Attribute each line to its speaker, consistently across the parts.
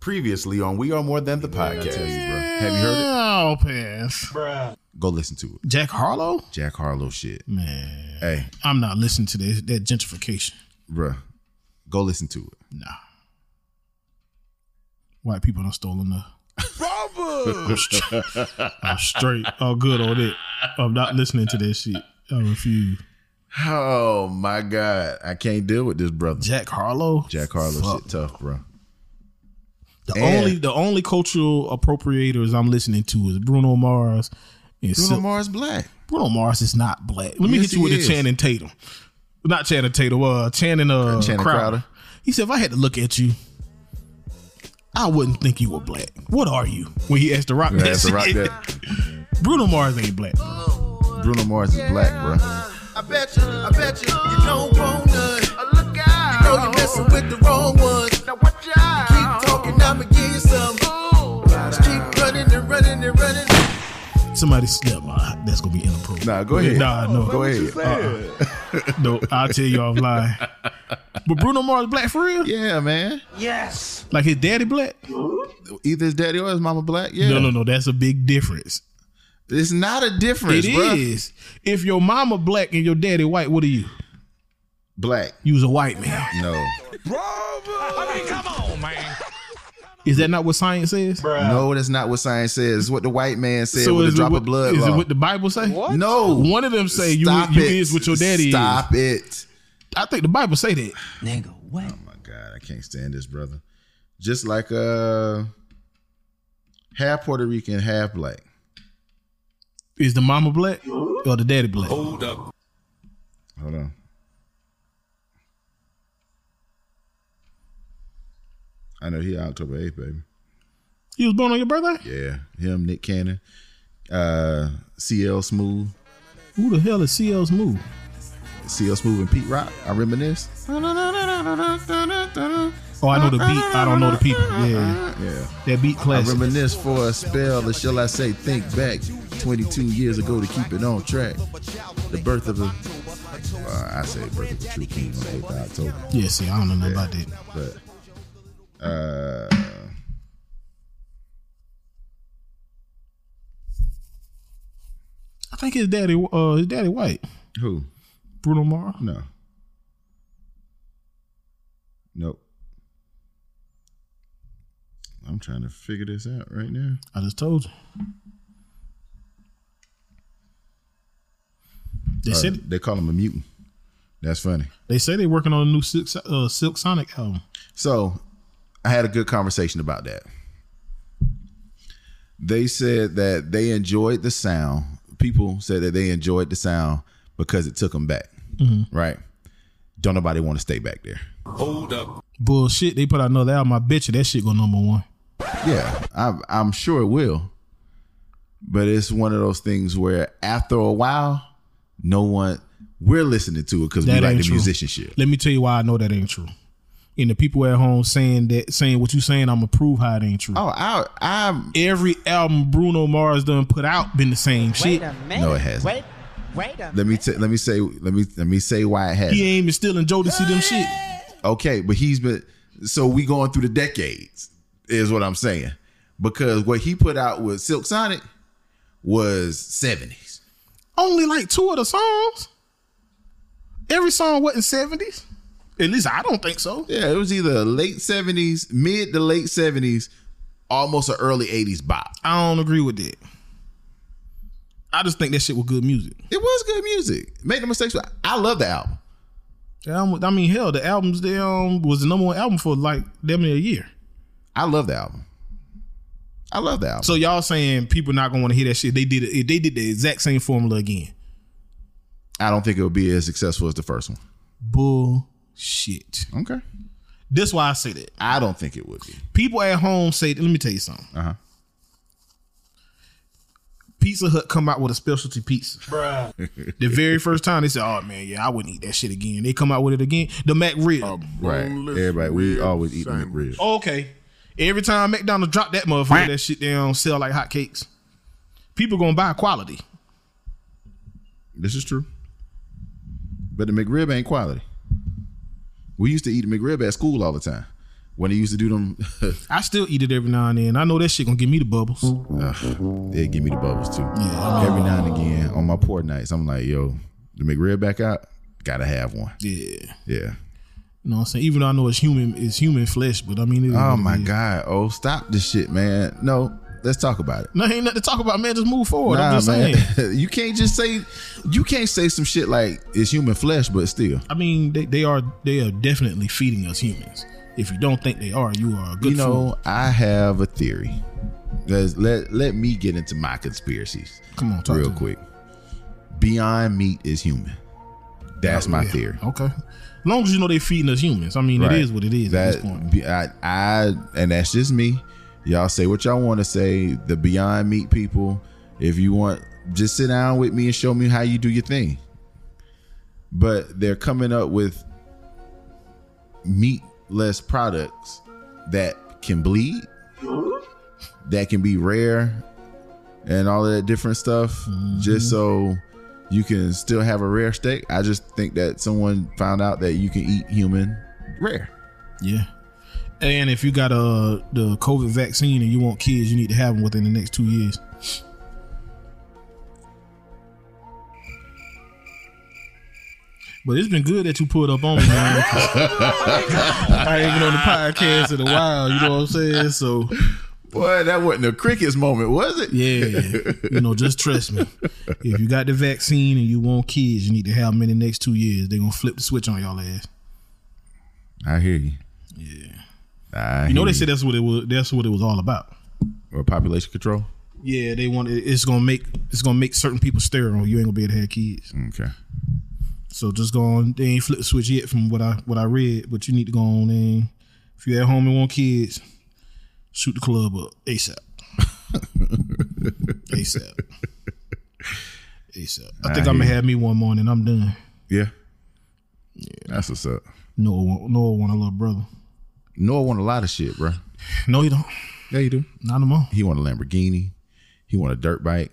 Speaker 1: previously on We Are More Than the Podcast. Have you heard it?
Speaker 2: I'll Oh, pass.
Speaker 1: Go listen to it.
Speaker 2: Jack Harlow?
Speaker 1: Jack Harlow shit.
Speaker 2: Man,
Speaker 1: Hey,
Speaker 2: I'm not listening to this, that gentrification.
Speaker 1: bruh, go listen to it.
Speaker 2: Nah. White people done stolen enough. I'm straight. Oh, good on it. I'm not listening to that shit. I refuse.
Speaker 1: Oh my god, I can't deal with this brother. Jack,
Speaker 2: Jack Harlow.
Speaker 1: Harlow
Speaker 2: Fuck.
Speaker 1: shit tough, bro.
Speaker 2: The
Speaker 1: And-
Speaker 2: only the only cultural appropriators I'm listening to is Bruno Mars. And Sil-
Speaker 1: Bruno Mars black.
Speaker 2: Bruno Mars is not black. Let me
Speaker 1: Yes,
Speaker 2: hit you
Speaker 1: he
Speaker 2: with
Speaker 1: is.
Speaker 2: the Channing Tatum. Not Channing Tatum, uh Channing uh
Speaker 1: Channing
Speaker 2: Crowder.
Speaker 1: Crowder.
Speaker 2: He said if I had to look at you, I wouldn't think you were black. What are you? When he asked the rock,
Speaker 1: That's
Speaker 2: that
Speaker 1: the rock
Speaker 2: shit.
Speaker 1: that
Speaker 2: Bruno Mars ain't black.
Speaker 1: Bruno Mars is black, bro.
Speaker 3: I bet you, I bet you, you don't want none. Look out. You know you're messing with the wrong ones. Now watch out. Keep talking, I'ma give you some. Just keep running and running and running.
Speaker 2: Somebody snap my that's gonna be inappropriate.
Speaker 1: Nah, go ahead.
Speaker 2: Nah, no.
Speaker 1: go ahead.
Speaker 2: No, I'll tell you offline. But Bruno Mars black for real?
Speaker 1: Yeah, man.
Speaker 2: Like his daddy black?
Speaker 1: Either his daddy or his mama black. Yeah,
Speaker 2: No, no, no. That's a big difference.
Speaker 1: It's not a
Speaker 2: It
Speaker 1: difference,
Speaker 2: is.
Speaker 1: bro.
Speaker 2: If your mama black and your daddy white, what are you?
Speaker 1: Black.
Speaker 2: You was a white man.
Speaker 1: No,
Speaker 2: Is that not what science says?
Speaker 1: no, that's not what science says. It's what the white man said with a
Speaker 2: is it
Speaker 1: drop
Speaker 2: what-
Speaker 1: of blood.
Speaker 2: Is
Speaker 1: law.
Speaker 2: it what the Bible say? What?
Speaker 1: No,
Speaker 2: One of them say you,
Speaker 1: Stop
Speaker 2: you
Speaker 1: it.
Speaker 2: is what your daddy
Speaker 1: Stop it.
Speaker 2: is. I think the Bible say that.
Speaker 1: Oh my god, I can't stand this brother. Just like uh half Puerto Rican, half black.
Speaker 2: Is the mama black or the daddy black?
Speaker 1: Hold on. I know he October 8th, baby.
Speaker 2: You was born on your birthday?
Speaker 1: Yeah. Him, Nick Cannon, uh, CL Smooth,
Speaker 2: Who the hell is CL's move?
Speaker 1: CL Smooth and Pete Rock. I reminisce.
Speaker 2: Oh, I know the beat. I don't know the people. Yeah,
Speaker 1: Yeah.
Speaker 2: that beat
Speaker 1: I
Speaker 2: classic.
Speaker 1: reminisce for a spell, or shall I say, think back 22 years ago to keep it on track. The birth of a, uh, I say, birth of a true king on the 8th of October.
Speaker 2: Yeah, see, I don't know nothing about that.
Speaker 1: But, uh,
Speaker 2: I think his daddy, uh, his daddy white.
Speaker 1: who?
Speaker 2: Bruno Mars.
Speaker 1: No. Nope. I'm trying to figure this out right now.
Speaker 2: I just told you. They
Speaker 1: Uh,
Speaker 2: said
Speaker 1: they call him a mutant. That's funny.
Speaker 2: they say they're working on a new Silk, uh, Silk Sonic album.
Speaker 1: So I had a good conversation about that. They said that they enjoyed the sound. People said that they enjoyed the sound because it took them back.
Speaker 2: Mm-hmm.
Speaker 1: Right? Don't nobody want to stay back there.
Speaker 2: Bullshit. They put out another album. I bet you that shit go number one.
Speaker 1: Yeah, I'm, I'm sure it will. But it's one of those things where after a while, no one we're listening to it because we
Speaker 2: That
Speaker 1: like
Speaker 2: ain't
Speaker 1: the
Speaker 2: true.
Speaker 1: musicianship.
Speaker 2: Let me tell you why I know that ain't true. And the people at home saying that, saying what you saying, I'm gonna prove how it ain't true.
Speaker 1: Oh, I, I'm
Speaker 2: Every album Bruno Mars done put out been the same shit.
Speaker 4: Wait a minute.
Speaker 1: No, it hasn't.
Speaker 4: Wait, wait a
Speaker 1: let me t- let me say let me let me say why it has.
Speaker 2: He ain't even still in Jodeci them shit.
Speaker 1: Okay, but he's been so we going through the decades is what I'm saying because what he put out with Silk Sonic was 70s.
Speaker 2: Only like two of the songs. Every song wasn't seventies. At least I don't think so.
Speaker 1: Yeah, it was either late 70s, mid to late 70s, almost an early 80s bop.
Speaker 2: I don't agree with that. I just think that shit was good music.
Speaker 1: It was good music. Make no mistakes. I love the album.
Speaker 2: The album- I mean, hell, the albums they um was the number one album for like damn near a year.
Speaker 1: I love the album. I love the album.
Speaker 2: So y'all saying people not gonna want to hear that shit? They did it. They did the exact same formula again.
Speaker 1: I don't think it'll be as successful as the first one.
Speaker 2: Bullshit.
Speaker 1: Okay.
Speaker 2: That's why I say that.
Speaker 1: I don't think it would be.
Speaker 2: People at home say, let me tell you something.
Speaker 1: Uh-huh.
Speaker 2: Pizza Hut come out with a specialty pizza. the very first time they said, "Oh man, yeah, I wouldn't eat that shit again." They come out with it again. The McRib. Oh,
Speaker 1: Right. Everybody, we always eat McRib.
Speaker 2: Okay. Every time McDonald's drop that motherfucker, that shit down sell like hotcakes. People gonna buy quality.
Speaker 1: This is true. But the McRib ain't quality. We used to eat McRib at school all the time. When they used to do them,
Speaker 2: I still eat it every now and then. I know that shit gonna give me the bubbles.
Speaker 1: uh, they give me the bubbles too. Every now and again on my poor nights, I'm like, yo, the McRib back out, gotta have one.
Speaker 2: Yeah.
Speaker 1: Yeah.
Speaker 2: You know what I'm saying? Even though I know it's human, it's human flesh, but I mean, it is
Speaker 1: Oh
Speaker 2: what it
Speaker 1: my
Speaker 2: is.
Speaker 1: god. Oh, stop this shit, man. No, let's talk about it.
Speaker 2: No, ain't nothing to talk about, man. Just move forward. I'm
Speaker 1: Nah,
Speaker 2: just
Speaker 1: man.
Speaker 2: saying.
Speaker 1: you can't just say you can't say some shit like it's human flesh, but still.
Speaker 2: I mean, they, they are they are definitely feeding us humans. If you don't think they are, you are a good
Speaker 1: you know, I have a theory. Let's, let let me get into my conspiracies
Speaker 2: fool. Come on, talk
Speaker 1: real
Speaker 2: to me.
Speaker 1: quick. Beyond meat is human. That's
Speaker 2: Oh,
Speaker 1: my theory.
Speaker 2: Okay. As long as you know they feeding us humans. I mean,
Speaker 1: Right.
Speaker 2: it is what it is
Speaker 1: That-
Speaker 2: at this point.
Speaker 1: be- I, I and that's just me. Y'all say what y'all want to say. The Beyond Meat people, if you want, just sit down with me and show me how you do your thing. But they're coming up with meatless products that can bleed, that can be rare, and all of that different stuff, just so
Speaker 2: Mm-hmm.
Speaker 1: you can still have a rare steak. I just think that someone found out that you can eat human rare.
Speaker 2: Yeah. And if you got uh the COVID vaccine and you want kids, you need to have them within the next two years. But it's been good that you pulled up on me, man. 'cause I ain't been on the podcast in a while. You know what I'm saying? So
Speaker 1: Boy, that wasn't a crickets moment, was it?
Speaker 2: yeah, you know, just trust me. If you got the vaccine and you want kids, you need to have them in the next two years. They're gonna flip the switch on y'all ass.
Speaker 1: I hear you.
Speaker 2: Yeah.
Speaker 1: I
Speaker 2: You know they
Speaker 1: hear
Speaker 2: said that's what it was. That's what it was all about.
Speaker 1: Or population control.
Speaker 2: Yeah, they want it- it's gonna make it's gonna make certain people sterile. You ain't gonna be able to have kids.
Speaker 1: Okay.
Speaker 2: So just go on. They ain't flip the switch yet from what I what I read, but you need to go on and if you're at home and want kids, shoot the club up ASAP. ASAP. ASAP. I think
Speaker 1: I
Speaker 2: I am gonna
Speaker 1: hear
Speaker 2: have me one morning. I'm done.
Speaker 1: Yeah. Yeah. That's what's up.
Speaker 2: No, want- no, I want a little brother.
Speaker 1: Noah won a lot of shit, bro.
Speaker 2: No, you don't.
Speaker 1: Yeah, you do.
Speaker 2: Not no more.
Speaker 1: He won a Lamborghini. He won a dirt bike.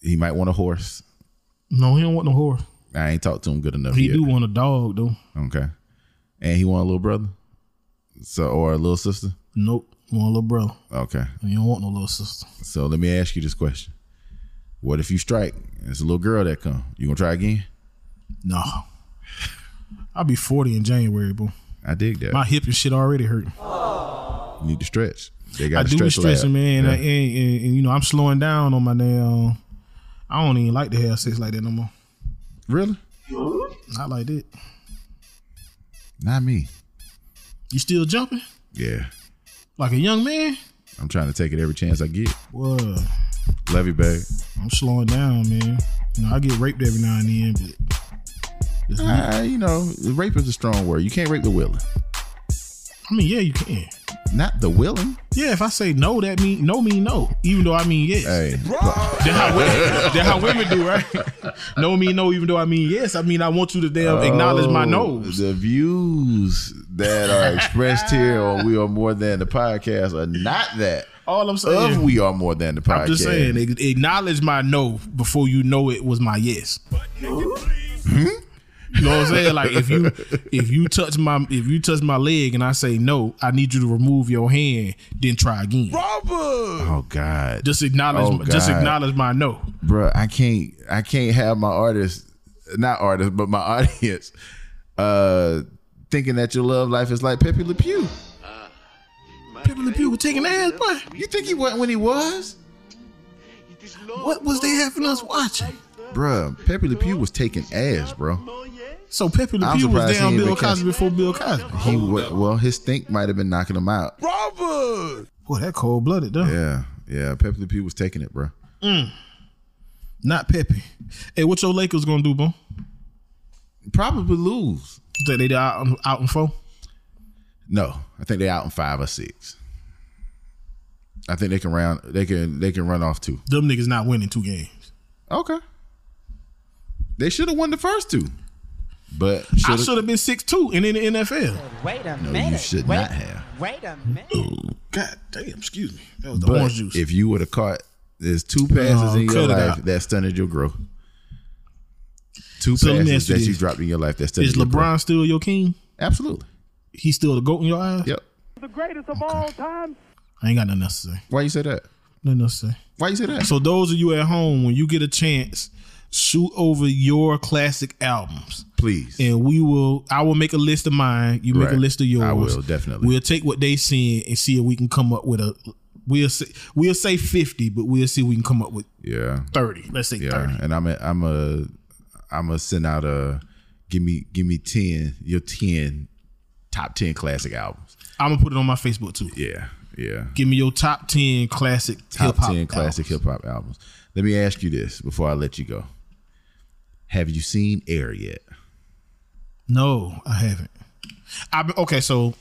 Speaker 1: He might want a horse.
Speaker 2: No, he don't want no whore.
Speaker 1: I ain't talked to him good enough
Speaker 2: He
Speaker 1: yet.
Speaker 2: do want a dog though.
Speaker 1: Okay. And he want a little brother. So or a little sister.
Speaker 2: Nope, want a little brother.
Speaker 1: Okay.
Speaker 2: He don't want no little sister.
Speaker 1: So let me ask you this question. What if you strike? and It's a little girl that come. You gonna try again?
Speaker 2: No. I'll be 40 in January, bro.
Speaker 1: I dig that.
Speaker 2: My hip and shit already hurt.
Speaker 1: You need to stretch. They
Speaker 2: I
Speaker 1: got
Speaker 2: do be
Speaker 1: stretch lab.
Speaker 2: stressing, man.
Speaker 1: Yeah.
Speaker 2: I- and, and- and, you know, I'm slowing down on my damn. I don't even like to have sex like that no more.
Speaker 1: Really?
Speaker 2: Not like that.
Speaker 1: Not me.
Speaker 2: You still jumping?
Speaker 1: Yeah.
Speaker 2: Like a young man?
Speaker 1: I'm trying to take it every chance I get.
Speaker 2: Well,
Speaker 1: Love you, babe.
Speaker 2: I'm slowing down, man. You know, I get raped every now and then, but it's not-
Speaker 1: Uh, you know, rape is a strong word. You can't rape the willing.
Speaker 2: I mean, yeah, you can.
Speaker 1: Not the willing.
Speaker 2: Yeah, if I say no, that mean no mean no. Even though I mean yes.
Speaker 1: Hey,
Speaker 2: That's how, women, that's how women do, right? no mean no, even though I mean yes. I mean I want you to damn acknowledge my
Speaker 1: Oh,
Speaker 2: no's.
Speaker 1: The views that are expressed here on We Are More Than the Podcast are not that
Speaker 2: All I'm
Speaker 1: of
Speaker 2: saying,
Speaker 1: We Are More Than the Podcast.
Speaker 2: I'm just saying, ag- acknowledge my no before you know it was my yes. You know what I'm saying? Like if you if you touch my if you touch my leg and I say no, I need you to remove your hand, then try again.
Speaker 1: Oh God,
Speaker 2: Just acknowledge,
Speaker 1: Oh,
Speaker 2: my- just
Speaker 1: God.
Speaker 2: acknowledge my no.
Speaker 1: Bruh, I can't. I can't have my artist, not artist, but my audience, uh, thinking that your love life is like Pepe Le Pew.
Speaker 2: People the people taking ass, boy.
Speaker 1: You think he wasn't when he was?
Speaker 2: What was they having us watching?
Speaker 1: Bruh, Pepe Le Pew was taking ass, bro.
Speaker 2: So Pepe Le
Speaker 1: I'm
Speaker 2: Pew was
Speaker 1: surprised he
Speaker 2: down
Speaker 1: ain't
Speaker 2: Bill
Speaker 1: been cast-
Speaker 2: Cosby before Bill Cosby.
Speaker 1: He wa- well, his stink might have been knocking him out.
Speaker 2: Boy, that cold blooded though.
Speaker 1: Yeah, yeah. Pepe Le Pew was taking it, bro.
Speaker 2: Not Pepe. Hey, what your Lakers gonna do, bro?
Speaker 1: Probably lose.
Speaker 2: Think they out out in four?
Speaker 1: No, I think they out in five or six. I think they can round. They can. They can run off two.
Speaker 2: Them niggas not winning two games.
Speaker 1: Okay. They should have won the first two, but
Speaker 2: I
Speaker 1: should
Speaker 2: should have been six two and in the NFL.
Speaker 4: Wait a
Speaker 1: No,
Speaker 4: minute.
Speaker 1: you should
Speaker 4: wait,
Speaker 1: not have.
Speaker 4: Wait a minute.
Speaker 2: God damn, excuse me. That was the
Speaker 1: But
Speaker 2: orange juice.
Speaker 1: if you would have caught, there's two passes
Speaker 2: Oh,
Speaker 1: in your
Speaker 2: cut it
Speaker 1: life
Speaker 2: out.
Speaker 1: that stunted your growth. Two
Speaker 2: So let me
Speaker 1: passes
Speaker 2: ask you
Speaker 1: that you
Speaker 2: this.
Speaker 1: dropped in your life that stunted
Speaker 2: Is
Speaker 1: your growth.
Speaker 2: LeBron still your king?
Speaker 1: Absolutely.
Speaker 2: he's still the goat in your eyes.
Speaker 1: Yep.
Speaker 4: the greatest of all time.
Speaker 2: I ain't got nothing else to say.
Speaker 1: Why you say that?
Speaker 2: Nothing else to say.
Speaker 1: Why you say that?
Speaker 2: So those of you at home, when you get a chance, shoot over your classic albums.
Speaker 1: Please.
Speaker 2: and we will. I will make a list of mine. You make
Speaker 1: Right.
Speaker 2: a list of yours.
Speaker 1: I will, definitely.
Speaker 2: We'll take what they send and see if we can come up with a. We'll say we'll say fifty, but we'll see if we can come up with
Speaker 1: yeah.
Speaker 2: thirty. Let's say
Speaker 1: Yeah.
Speaker 2: thirty.
Speaker 1: And I'm a, I'm a I'm a send out a give me give me ten your ten top ten classic albums.
Speaker 2: I'm gonna put it on my Facebook too.
Speaker 1: Yeah. Yeah.
Speaker 2: Give me your top ten classic
Speaker 1: top
Speaker 2: hip-hop
Speaker 1: 10 classic hip
Speaker 2: albums.
Speaker 1: hop albums. Let me ask you this before I let you go. Have you seen Air yet?
Speaker 2: No, I haven't. I've been, okay, so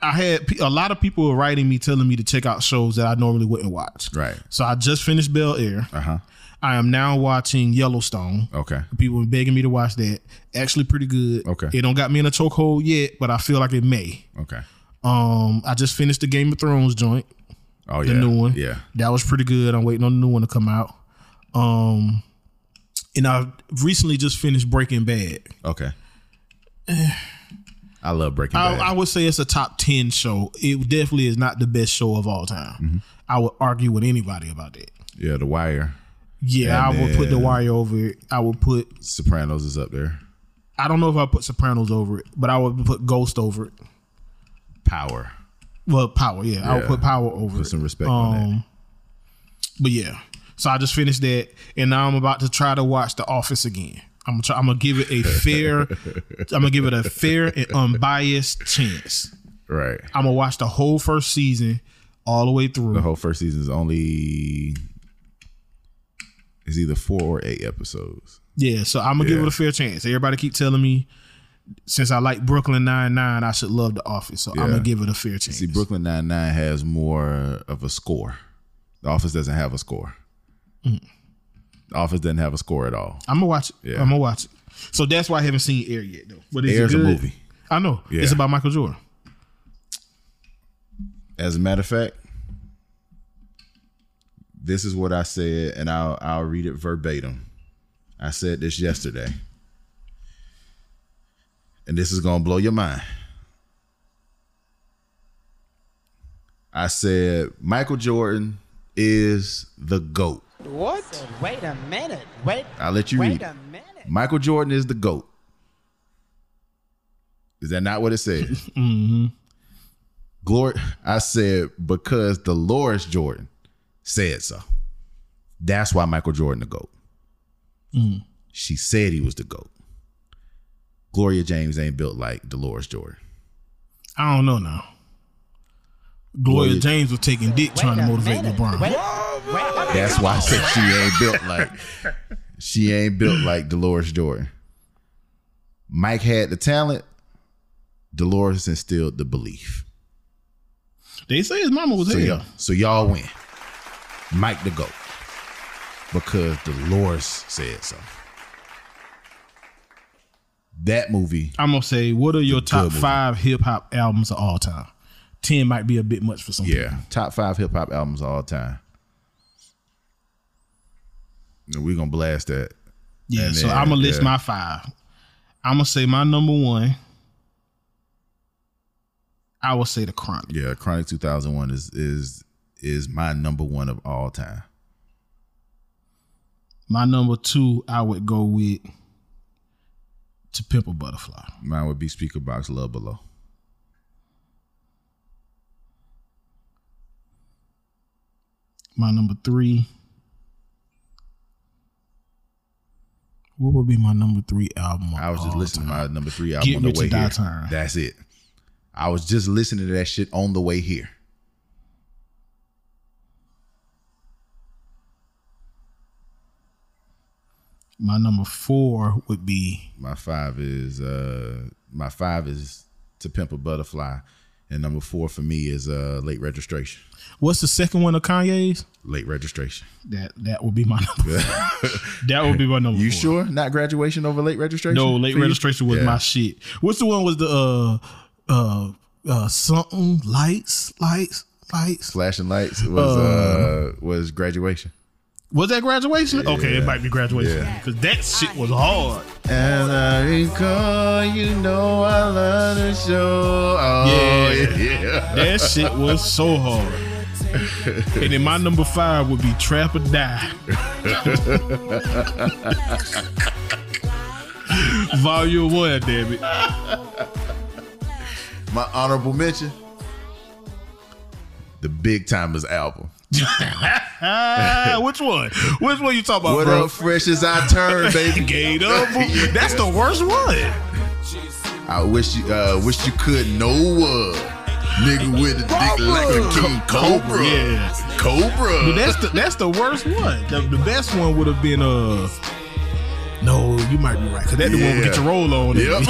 Speaker 2: I had pe- a lot of people were writing me telling me to check out shows that I normally wouldn't watch.
Speaker 1: Right.
Speaker 2: So I just finished Bel Air.
Speaker 1: Uh huh.
Speaker 2: I am now watching Yellowstone.
Speaker 1: Okay.
Speaker 2: People were begging me to watch that. Actually, pretty good.
Speaker 1: Okay.
Speaker 2: It don't got me in a chokehold yet, but I feel like it may.
Speaker 1: Okay.
Speaker 2: Um, I just finished the Game of Thrones joint,
Speaker 1: Oh
Speaker 2: the
Speaker 1: yeah.
Speaker 2: new one.
Speaker 1: Yeah.
Speaker 2: that was pretty good. I'm waiting on the new one to come out. Um, and I recently just finished Breaking Bad.
Speaker 1: Okay. I love Breaking
Speaker 2: I,
Speaker 1: Bad.
Speaker 2: I would say it's a top ten show. It definitely is not the best show of all time.
Speaker 1: Mm-hmm.
Speaker 2: I would argue with anybody about that.
Speaker 1: yeah, The Wire.
Speaker 2: Yeah,
Speaker 1: And
Speaker 2: I would put The
Speaker 1: then-
Speaker 2: Wire over it. I would put.
Speaker 1: Sopranos is up there.
Speaker 2: I don't know if I put Sopranos over it, but I would put Ghost over it.
Speaker 1: Power.
Speaker 2: Well, Power. Yeah, I would
Speaker 1: Yeah.
Speaker 2: put Power over
Speaker 1: Put
Speaker 2: it. Um,
Speaker 1: some respect on that.
Speaker 2: But yeah, so I just finished that, and now I'm about to try to watch The Office again. I'm gonna, try, I'm gonna give it a fair. I'm gonna give it a fair and unbiased chance.
Speaker 1: Right.
Speaker 2: I'm gonna watch the whole first season all the way through.
Speaker 1: The whole first season is only is either four or eight episodes.
Speaker 2: Yeah, so I'm gonna give
Speaker 1: Yeah.
Speaker 2: it a fair chance. Everybody keep telling me since I like Brooklyn Nine Nine, I should love The Office. So I'm
Speaker 1: Yeah.
Speaker 2: gonna give it a fair chance.
Speaker 1: See, Brooklyn Nine Nine has more of a score. The Office doesn't have a score.
Speaker 2: Mm.
Speaker 1: The Office doesn't have a score at all.
Speaker 2: I'm gonna watch it.
Speaker 1: Yeah.
Speaker 2: I'm gonna watch it. So that's why I haven't seen Air yet, though. But is it
Speaker 1: Air's a
Speaker 2: good?
Speaker 1: movie.
Speaker 2: I know
Speaker 1: Yeah.
Speaker 2: it's about Michael Jordan.
Speaker 1: As a matter of fact, this is what I said, and I'll I'll read it verbatim. I said this yesterday. And this is gonna blow your mind. I said Michael Jordan is the GOAT.
Speaker 5: What? wait a minute. Wait.
Speaker 1: I'll let you read.
Speaker 5: wait
Speaker 1: it.
Speaker 5: a minute.
Speaker 1: Michael Jordan is the GOAT. Is that not what it says? mm-hmm. Glory, I said because Dolores Jordan said so. That's why Michael Jordan the GOAT. She said he was the GOAT. Gloria James ain't built like Dolores Jordan.
Speaker 2: I don't know now. Gloria
Speaker 1: Gloria-
Speaker 2: James was taking dick trying to
Speaker 5: a
Speaker 2: motivate
Speaker 5: minute.
Speaker 2: LeBron.
Speaker 5: Wait, wait a minute.
Speaker 1: That's why I said she ain't built like she ain't built like Dolores Jordan. Mike had the talent. Dolores instilled the belief.
Speaker 2: They say his mama was
Speaker 1: So
Speaker 2: there.
Speaker 1: y'all, so y'all win. Mike the GOAT. Because Dolores said so. That movie,
Speaker 2: I'm gonna say, what are your top
Speaker 1: movie.
Speaker 2: five hip hop albums of all time? Ten might be a bit much for some. people.
Speaker 1: yeah, top five hip hop albums of all time. And we're gonna blast that.
Speaker 2: Yeah,
Speaker 1: And
Speaker 2: so
Speaker 1: then,
Speaker 2: I'm gonna list
Speaker 1: yeah.
Speaker 2: my five. I'm gonna say my number one. I will say the Chronic.
Speaker 1: Yeah, Chronic 2001 is is is my number one of all time.
Speaker 2: My number two, I would go with To Pimp a Butterfly.
Speaker 1: Mine would be Speaker Box Love Below.
Speaker 2: My number three. What would be my number three album? of
Speaker 1: I was just
Speaker 2: all
Speaker 1: listening
Speaker 2: time?
Speaker 1: to my number three album
Speaker 2: Get
Speaker 1: on the
Speaker 2: Rich or
Speaker 1: way
Speaker 2: Die
Speaker 1: here.
Speaker 2: Trying.
Speaker 1: That's it. I was just listening to that shit on the way here.
Speaker 2: My number four would be
Speaker 1: My five is uh my five is To Pimp a Butterfly, and number four for me is uh Late Registration.
Speaker 2: what's the second one of Kanye's?
Speaker 1: Late Registration.
Speaker 2: That that would be my number. that would be my number.
Speaker 1: You
Speaker 2: four.
Speaker 1: sure? Not graduation over Late Registration?
Speaker 2: No, late
Speaker 1: for you?
Speaker 2: registration was
Speaker 1: Yeah.
Speaker 2: my shit. What's the one was the uh uh uh something lights lights lights Uh.
Speaker 1: Flashing Lights was uh, was graduation.
Speaker 2: Was that graduation? Okay, it might be graduation
Speaker 1: Yeah.
Speaker 2: because that shit was hard.
Speaker 1: As I recall, you know I love the show. Oh,
Speaker 2: Yeah.
Speaker 1: yeah.
Speaker 2: That shit was so hard. and then my number five would be Trap or Die. Volume one, damn it.
Speaker 1: My honorable mention the Big Timers album.
Speaker 2: Ah, which one? Which one you talking about,
Speaker 1: What
Speaker 2: Oh, bro?
Speaker 1: up, fresh as I turn, baby?
Speaker 2: Gate up. That's the worst one.
Speaker 1: I wish you, uh, wish you could know what. Nigga with a dick like a king cobra.
Speaker 2: Yeah.
Speaker 1: Cobra.
Speaker 2: But that's the that's the worst one. The, the best one would have been uh. No, you might be right. Cause that the one would get
Speaker 1: Yeah.
Speaker 2: your roll on.
Speaker 1: Yep.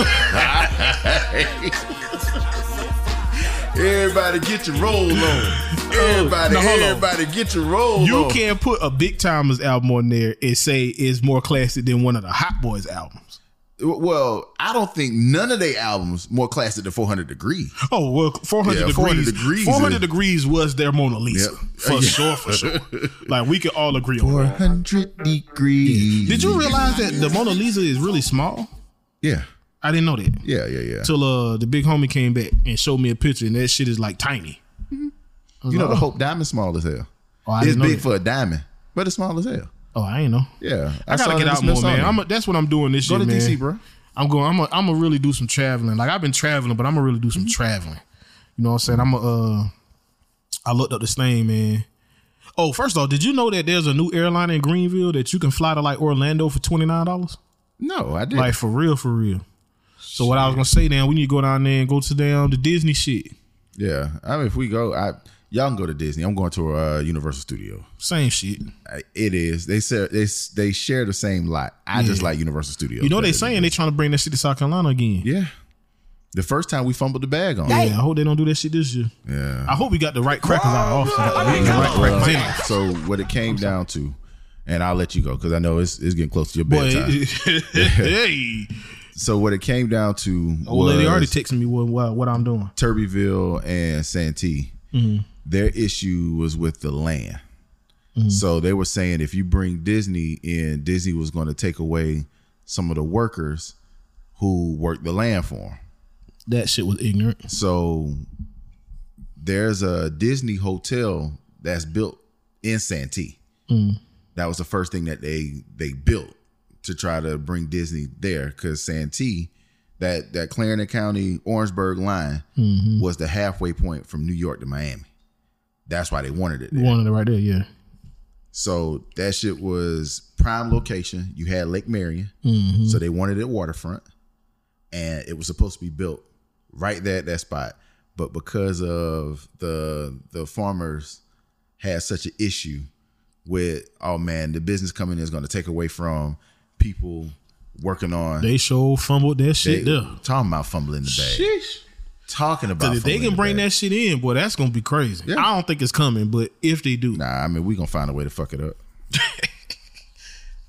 Speaker 1: everybody get your roll on. Everybody,
Speaker 2: Now, hold on.
Speaker 1: everybody get your roll
Speaker 2: You
Speaker 1: on.
Speaker 2: can put a Big Timers album on there and say it's more classic than one of the Hot Boys albums.
Speaker 1: Well, I don't think none of their albums more classic than 400 Degree.
Speaker 2: Oh well, four hundred
Speaker 1: Yeah, 400
Speaker 2: degrees.
Speaker 1: degrees
Speaker 2: 400 degrees,
Speaker 1: is-
Speaker 2: was their Mona Lisa
Speaker 1: Yep.
Speaker 2: for
Speaker 1: Yeah.
Speaker 2: sure, for sure. Like we could all agree on. that.
Speaker 1: 400 Degrees.
Speaker 2: Did you realize that the Mona Lisa is really small?
Speaker 1: Yeah,
Speaker 2: I didn't know that
Speaker 1: yeah, yeah, yeah.
Speaker 2: till uh, the big homie came back and showed me a picture, and that shit is like tiny.
Speaker 1: you know the Hope Diamond's small as hell.
Speaker 2: Oh, uh, I
Speaker 1: It's
Speaker 2: didn't know
Speaker 1: big
Speaker 2: that.
Speaker 1: for a diamond, but it's small as hell.
Speaker 2: Oh, I ain't know.
Speaker 1: Yeah,
Speaker 2: I,
Speaker 1: saw
Speaker 2: gotta
Speaker 1: it
Speaker 2: get
Speaker 1: in
Speaker 2: out more, man.
Speaker 1: Smithsonian.
Speaker 2: I'm a, that's what I'm doing this
Speaker 1: Go
Speaker 2: year,
Speaker 1: to
Speaker 2: man.
Speaker 1: DC, bro.
Speaker 2: I'm going. I'm. i I'm gonna really do some traveling. Like I've been traveling, but I'm gonna really do some traveling. You know what I'm saying? I'm a. Uh, I looked up this thing, man. Oh, first off, did you know that there's a new airline in Greenville that you can fly to like Orlando for twenty nine dollars?
Speaker 1: No, I did.
Speaker 2: Like for real, for real. So what I was gonna say, now we need to go down there and go to down the Disney shit.
Speaker 1: yeah, I mean, if we go, I y'all can go to Disney. I'm going to uh, Universal Studio.
Speaker 2: Same shit.
Speaker 1: Uh, It is. They said they s- they share the same lot. I just like Universal Studios.
Speaker 2: You know
Speaker 1: better
Speaker 2: they
Speaker 1: than
Speaker 2: saying they trying to bring that shit to South Carolina again.
Speaker 1: Disney. Yeah. The first time we fumbled the bag on.
Speaker 2: Yeah,
Speaker 1: it.
Speaker 2: I hope they don't do that shit this year.
Speaker 1: Yeah.
Speaker 2: I hope we got the right crackers out of the office. The right crackers in it.
Speaker 1: So what it came down to, and I'll let you go because I know it's it's getting close to your
Speaker 2: Boy,
Speaker 1: bedtime.
Speaker 2: hey,
Speaker 1: so what it came down to
Speaker 2: old lady already
Speaker 1: was
Speaker 2: texting me what, what what I'm doing.
Speaker 1: Turbyville and Santee.
Speaker 2: Mm-hmm.
Speaker 1: Their issue was with the land.
Speaker 2: Mm-hmm.
Speaker 1: So they were saying if you bring Disney in, Disney was going to take away some of the workers who worked the land for them.
Speaker 2: That shit was ignorant.
Speaker 1: So there's a Disney hotel that's built in Santee. That was the first thing that they they built to try to bring Disney there because Santee, that that Clarendon County Orangeburg line was the halfway point from New York to Miami. That's why they wanted it.
Speaker 2: You
Speaker 1: there.
Speaker 2: wanted it right there, yeah.
Speaker 1: So that shit was prime location. You had Lake Marion,
Speaker 2: Mm-hmm.
Speaker 1: so they wanted it waterfront, and it was supposed to be built right there at that spot. But because of the the farmers had such an issue with, oh man, the business coming in is going to take away from people working on.
Speaker 2: They sure fumbled that
Speaker 1: they-
Speaker 2: shit there.
Speaker 1: talking about fumbling the bag. Talking about
Speaker 2: So if they
Speaker 1: fumbling
Speaker 2: can
Speaker 1: the
Speaker 2: bring
Speaker 1: bag.
Speaker 2: that shit in, boy, that's gonna be crazy.
Speaker 1: Yeah.
Speaker 2: I don't think it's coming, but if they do,
Speaker 1: Nah, I mean we gonna find a way to fuck it up.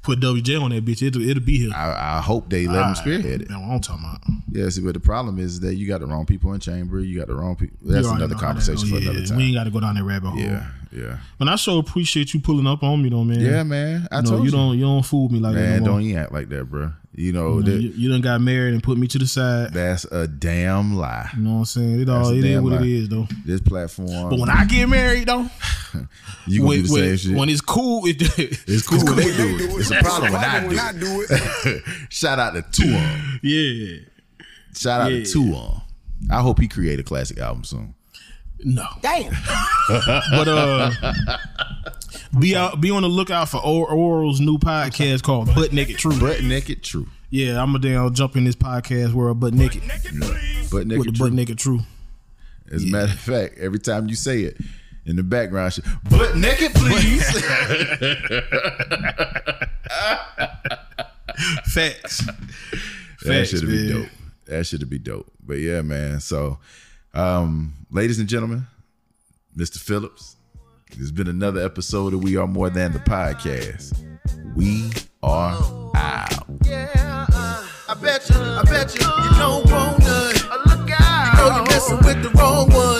Speaker 2: put WJ on that bitch, it'll, it'll be here.
Speaker 1: I, I hope they let them spearhead it.
Speaker 2: That's what I'm talking about.
Speaker 1: Yeah, see, but the problem is that you got the wrong people in chamber. You got the wrong people. That's
Speaker 2: You already
Speaker 1: another
Speaker 2: know how that
Speaker 1: conversation
Speaker 2: go.
Speaker 1: for
Speaker 2: Yeah,
Speaker 1: another
Speaker 2: We
Speaker 1: time.
Speaker 2: ain't got to go down that rabbit hole.
Speaker 1: Yeah, yeah,
Speaker 2: But I sure appreciate you pulling up on me though, man.
Speaker 1: yeah, man. I
Speaker 2: No,
Speaker 1: told
Speaker 2: you,
Speaker 1: you,
Speaker 2: don't you don't fool me like that.
Speaker 1: man.
Speaker 2: No more.
Speaker 1: Don't you act like that, bro. You know
Speaker 2: you,
Speaker 1: that,
Speaker 2: you, done got married and put me to the side.
Speaker 1: that's a damn lie.
Speaker 2: You know what I'm saying? It all
Speaker 1: a
Speaker 2: it is
Speaker 1: damn
Speaker 2: what
Speaker 1: lie.
Speaker 2: it is though.
Speaker 1: This platform.
Speaker 2: But when I get married though,
Speaker 1: you gonna
Speaker 2: when,
Speaker 1: do the same
Speaker 2: when,
Speaker 1: shit.
Speaker 2: when it's cool, it,
Speaker 1: it's cool. when they
Speaker 3: They
Speaker 1: do it. It's a problem when I do. it.
Speaker 3: do it.
Speaker 1: Shout out to two of 'em.
Speaker 2: yeah.
Speaker 1: Shout out to
Speaker 2: Yeah.
Speaker 1: two of 'em. I hope he create a classic album soon.
Speaker 2: No,
Speaker 5: Damn.
Speaker 2: but uh, be out, be on the lookout for or- Oral's new podcast called Butt Naked Truth.
Speaker 1: Butt naked, true.
Speaker 2: Yeah, I'm a damn jump in this podcast world, butt naked
Speaker 1: Butt
Speaker 2: with the
Speaker 1: naked,
Speaker 2: butt
Speaker 1: true.
Speaker 2: naked truth.
Speaker 1: As a matter of fact, every time you say it in the background, shit, butt naked, please.
Speaker 2: Facts.
Speaker 1: that
Speaker 2: Facts,
Speaker 1: should be
Speaker 2: man.
Speaker 1: dope. That should be dope. But yeah, man. So, um, ladies and gentlemen, Mr. Phillips, it's been another episode of We Are More Than the Podcast. We are out.
Speaker 3: Yeah, uh, I bet you, I bet you, you don't want none. I look out. You know you're messing with the wrong one.